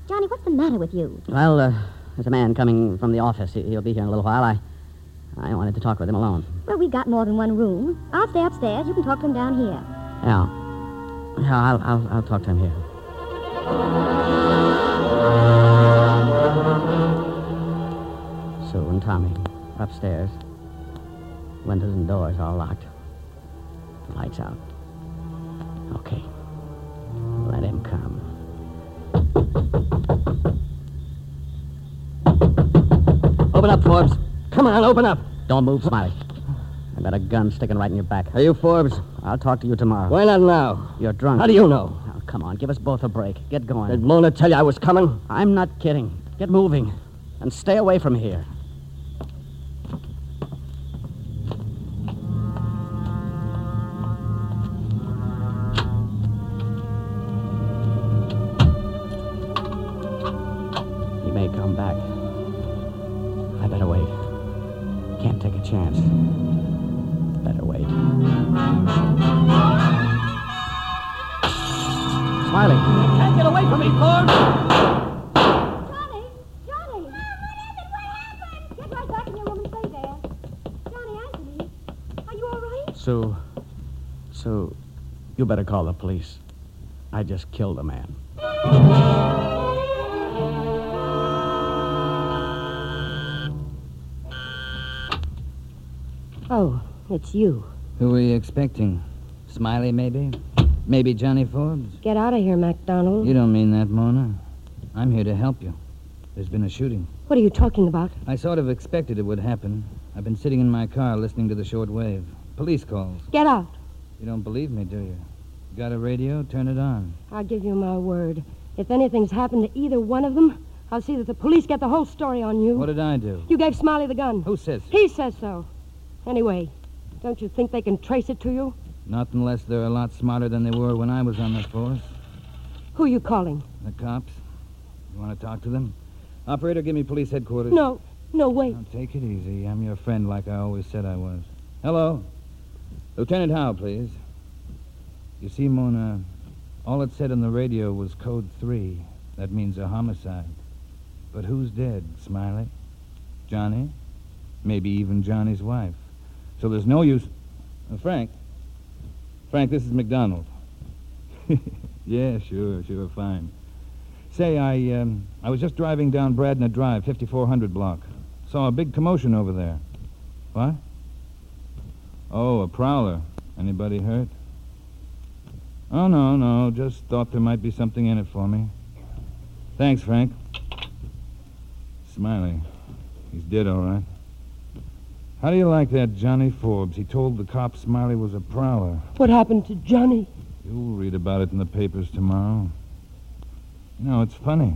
Johnny, what's the matter with you?
Well, uh, there's a man coming from the office. He- He'll be here in a little while. I, I wanted to talk with him alone.
Well, we've got more than one room. I'll stay upstairs. You can talk to him down here.
Yeah. Yeah, I'll, I'll, I'll talk to him here. Sue and Tommy upstairs. Windows and doors all locked. Lights out. Okay. Let him come. Open up, Forbes. Come on, open up. Don't move, Smiley. I got a gun sticking right in your back. Are you Forbes? I'll talk to you tomorrow.
Why not now?
You're drunk.
How do you know?
Now, come on, give us both a break. Get going.
Did Mona tell you I was coming?
I'm not kidding. Get moving. And stay away from here. He may come back. I better wait. Can't take a chance. Better wait. Smiley.
Can't get away from me, Forbes!
Johnny! Johnny! Mom, what is it? What happened? Get right back in your room and stay there. Johnny, Anthony, are you all right?
Sue. Sue, you better call the police. I just killed a man.
Oh, it's you.
Who were you expecting? Smiley, maybe? Maybe Johnny Forbes?
Get out of here, MacDonald.
You don't mean that, Mona. I'm here to help you. There's been a shooting.
What are you talking about?
I sort of expected it would happen. I've been sitting in my car listening to the short wave. Police calls.
Get out.
You don't believe me, do you? Got a radio? Turn it on.
I'll give you my word. If anything's happened to either one of them, I'll see that the police get the whole story on you.
What did I do?
You gave Smiley the gun.
Who says?
He says so. Anyway, don't you think they can trace it to you?
Not unless they're a lot smarter than they were when I was on the force.
Who are you calling?
The cops. You want to talk to them? Operator, give me police headquarters.
No, no, wait.
Now, take it easy. I'm your friend, like I always said I was. Hello? Lieutenant Howe, please. You see, Mona, All it said on the radio was code three. That means a homicide. But who's dead, Smiley? Johnny? Maybe even Johnny's wife. So there's no use. Uh, Frank. Frank, this is McDonald. yeah, sure, sure, fine. Say, I um, I was just driving down Bradner Drive, 5400 block. Saw a big commotion over there. What? Oh, a prowler. Anybody hurt? Oh, no, no. Just thought there might be something in it for me. Thanks, Frank. Smiley. He's dead, all right. How do you like that, Johnny Forbes? He told the cops Smiley was a prowler.
What happened to Johnny?
You'll read about it in the papers tomorrow. You know, it's funny.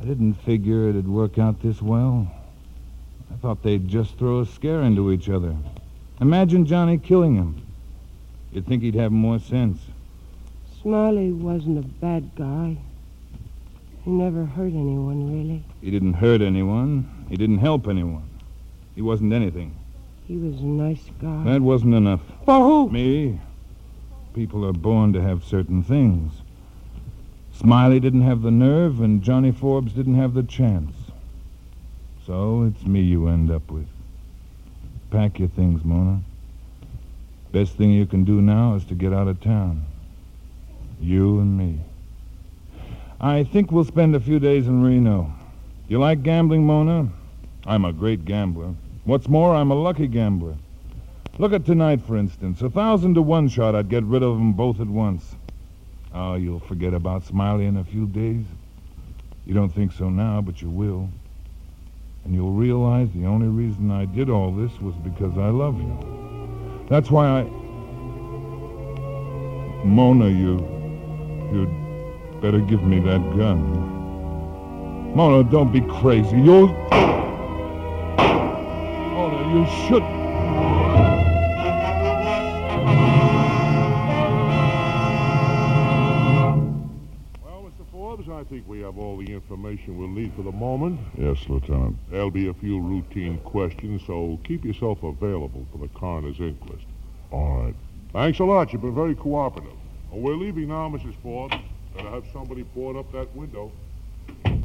I didn't figure it'd work out this well. I thought they'd just throw a scare into each other. Imagine Johnny killing him. You'd think he'd have more sense.
Smiley wasn't a bad guy. He never hurt anyone, really.
He didn't hurt anyone. He didn't help anyone. He wasn't anything.
He was a nice guy.
That wasn't enough.
For who?
Me. People are born to have certain things. Smiley didn't have the nerve, and Johnny Forbes didn't have the chance. So it's me you end up with. Pack your things, Mona. Best thing you can do now is to get out of town. You and me. I think we'll spend a few days in Reno. You like gambling, Mona? I'm a great gambler. What's more, I'm a lucky gambler. Look at tonight, for instance. A thousand to one shot, I'd get rid of 'em both at once. Oh, you'll forget about Smiley in a few days. You don't think so now, but you will. And you'll realize the only reason I did all this was because I love you. That's why I. Mona, you. You'd better give me that gun. Mona, don't be crazy. You'll. Mona, you should.
Well, Mr. Forbes, I think we have all the information we'll need for the moment.
Yes, Lieutenant.
There'll be a few routine questions, so keep yourself available for the coroner's inquest.
All right.
Thanks a lot. You've been very cooperative. Oh, we're leaving now, Mrs. Forbes. Better have somebody board up that window.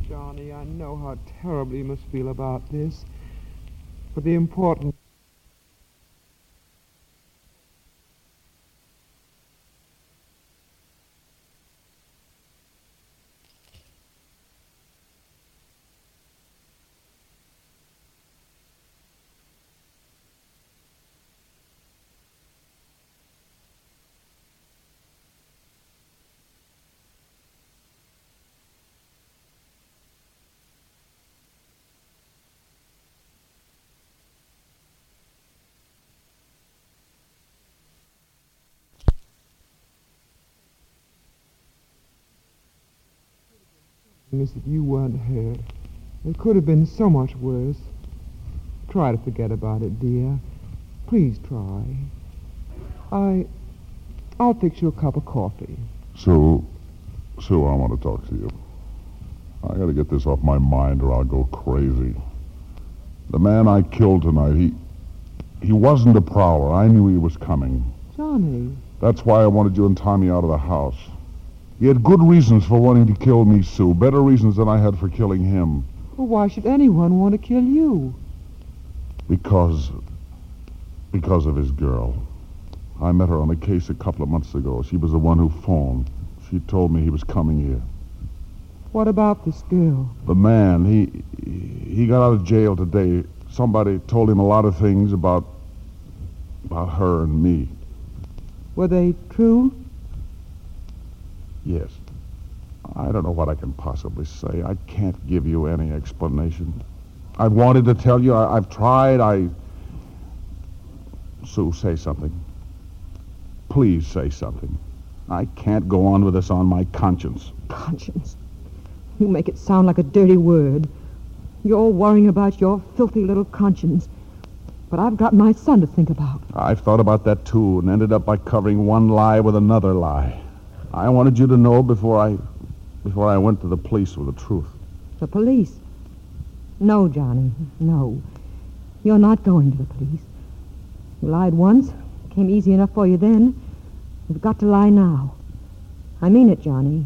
Johnny, I know how terribly you must feel about this, but the important is that you weren't hurt. It could have been so much worse. Try to forget about it, dear. Please try. I... I'll fix you a cup of coffee.
Sue, Sue, I want to talk to you. I got to get this off my mind or I'll go crazy. The man I killed tonight, he he wasn't a prowler. I knew he was coming.
Johnny,
That's why I wanted you and Tommy out of the house. He had good reasons for wanting to kill me, Sue. Better reasons than I had for killing him.
well, why should anyone want to kill you?
Because. because of his girl. I met her on a case a couple of months ago. She was the one who phoned. She told me he was coming here.
What about this girl?
The man, he. he got out of jail today. Somebody told him a lot of things about. about her and me.
Were they true?
Yes. I don't know what I can possibly say. I can't give you any explanation. I've wanted to tell you. I, I've tried. I. Sue, say something. Please say something. I can't go on with this on my conscience.
Conscience. You make it sound like a dirty word. You're all worrying about your filthy little conscience. But I've got my son to think about.
I've thought about that too and ended up by covering one lie with another lie. I wanted you to know before I. before I went to the police with the truth.
The police. No, Johnny, no. You're not going to the police. You lied once. Came easy enough for you then. You've got to lie now. I mean it, Johnny.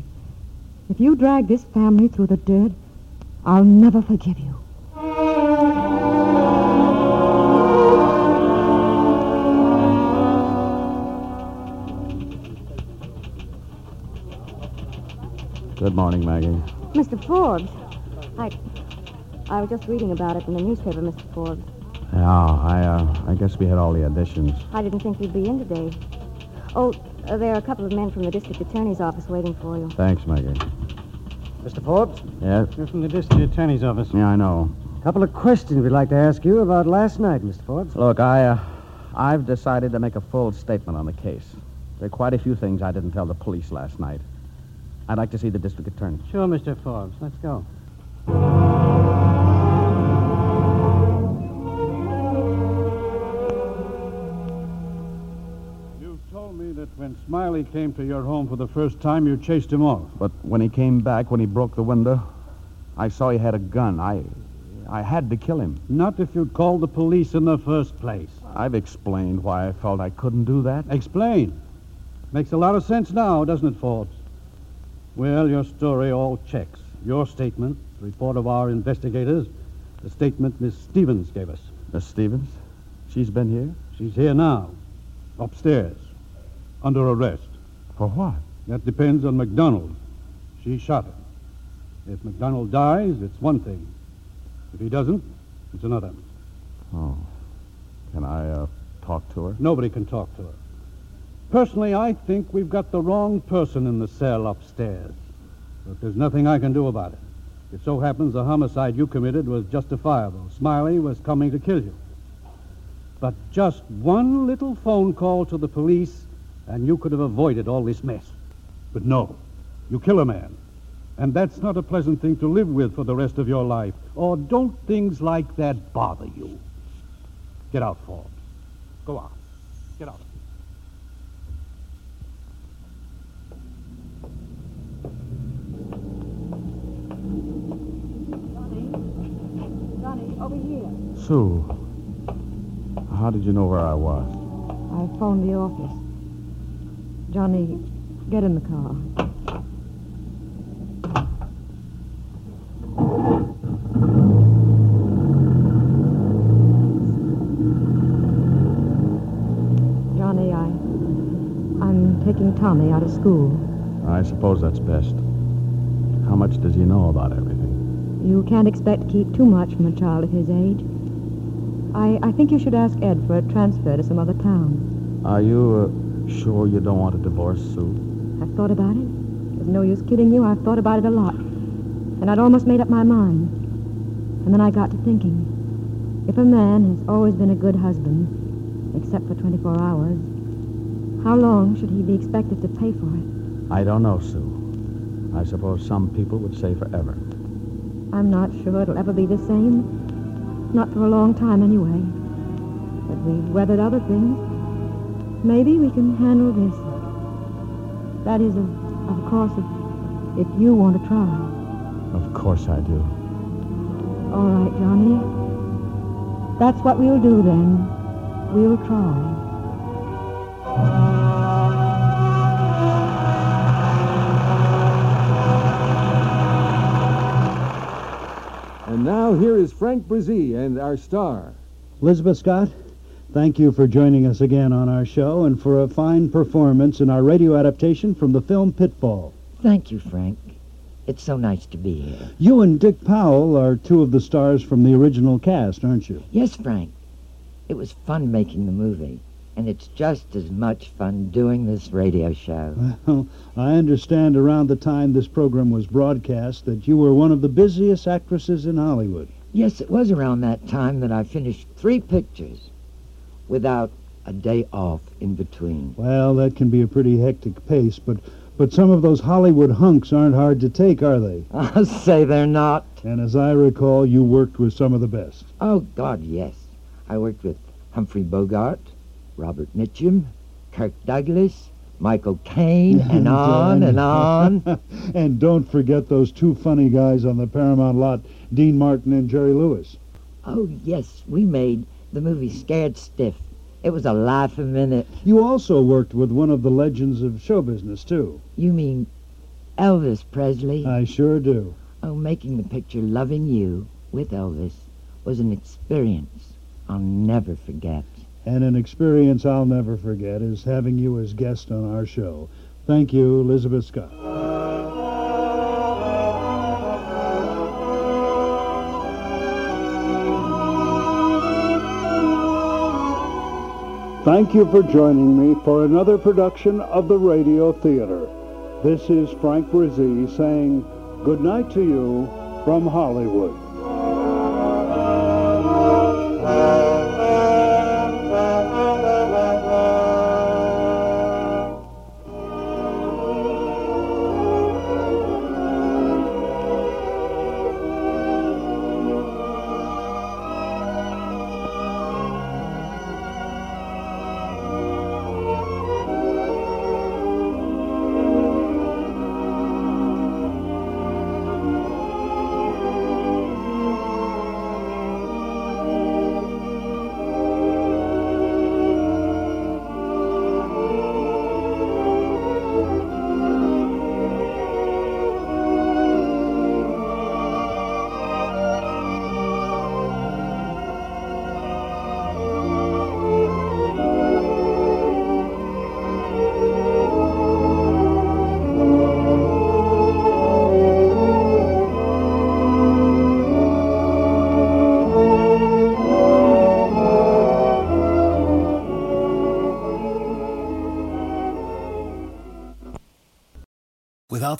If you drag this family through the dirt, I'll never forgive you.
Good morning, Maggie.
Mr. Forbes. I. I was just reading about it in the newspaper, Mr. Forbes.
Yeah, I, uh, I guess we had all the auditions.
I didn't think you'd be in today. Oh, uh, there are a couple of men from the district attorney's office waiting for you.
Thanks, Maggie.
Mr. Forbes?
Yes?
You're from the district attorney's office.
Yeah, I know.
A couple of questions we'd like to ask you about last night, Mr. Forbes.
Look, I, uh, I've decided to make a full statement on the case. There are quite a few things I didn't tell the police last night. I'd like to see the district attorney.
Sure, Mr. Forbes. Let's go. You told me that when Smiley came to your home for the first time, you chased him off.
But when he came back, when he broke the window, I saw he had a gun. I, I had to kill him.
Not if you'd called the police in the first place.
I've explained why I felt I couldn't do that.
Explain. Makes a lot of sense now, doesn't it, Forbes? Well, your story all checks. Your statement, the report of our investigators, the statement Miss Stevens gave us.
Miss Uh, Stevens? She's been here?
She's here now, upstairs, under arrest.
For what?
That depends on McDonald. She shot him. If McDonald dies, it's one thing. If he doesn't, it's another.
Oh. Can I uh, talk to her?
Nobody can talk to her. Personally, I think we've got the wrong person in the cell upstairs. But there's nothing I can do about it. It so happens the homicide you committed was justifiable. Smiley was coming to kill you. But just one little phone call to the police, and you could have avoided all this mess. But no, you kill a man. And that's not a pleasant thing to live with for the rest of your life. Or don't things like that bother you? Get out, Forbes. Go on. Get out.
Johnny, over here.
Sue, how did you know where I was?
I phoned the office. Johnny, get in the car. Johnny, I. I'm taking Tommy out of school.
I suppose that's best. How much does he know about everything?
You can't expect to keep too much from a child at his age. I, I think you should ask Ed for a transfer to some other town.
Are you uh, sure you don't want a divorce, Sue?
I've thought about it. There's no use kidding you. I've thought about it a lot. And I'd almost made up my mind. And then I got to thinking. If a man has always been a good husband, except for 24 hours, how long should he be expected to pay for it?
I don't know, Sue. I suppose some people would say forever.
I'm not sure it'll ever be the same. Not for a long time, anyway. But we've weathered other things. Maybe we can handle this. That is, of, of course, if, if you want to try.
Of course I do.
All right, Johnny. That's what we'll do then. We'll try.
And now here is Frank Brzee and our star.
Elizabeth Scott, thank you for joining us again on our show and for a fine performance in our radio adaptation from the film Pitfall.
Thank you, Frank. It's so nice to be here.
You and Dick Powell are two of the stars from the original cast, aren't you?
Yes, Frank. It was fun making the movie, and it's just as much fun doing this radio show.
Well, I understand around the time this program was broadcast that you were one of the busiest actresses in Hollywood.
Yes, it was around that time that I finished three pictures without a day off in between.
Well, that can be a pretty hectic pace, but but some of those Hollywood hunks aren't hard to take, are they?
I'll say they're not.
And as I recall, you worked with some of the best.
Oh, God, yes. I worked with Humphrey Bogart, Robert Mitchum, Kirk Douglas, Michael Caine, and on and on.
and don't forget those two funny guys on the Paramount lot, Dean Martin and Jerry Lewis.
Oh, yes, we made the movie Scared Stiff It was a laugh a minute.
You also worked with one of the legends of show business, too.
You mean Elvis Presley?
I sure do.
Oh, making the picture Loving You with Elvis was an experience I'll never forget.
And an experience I'll never forget is having you as guest on our show. Thank you, Elizabeth Scott. Thank you for joining me for another production of the Radio Theater. This is Frank Brzee saying good night to you from Hollywood.
Without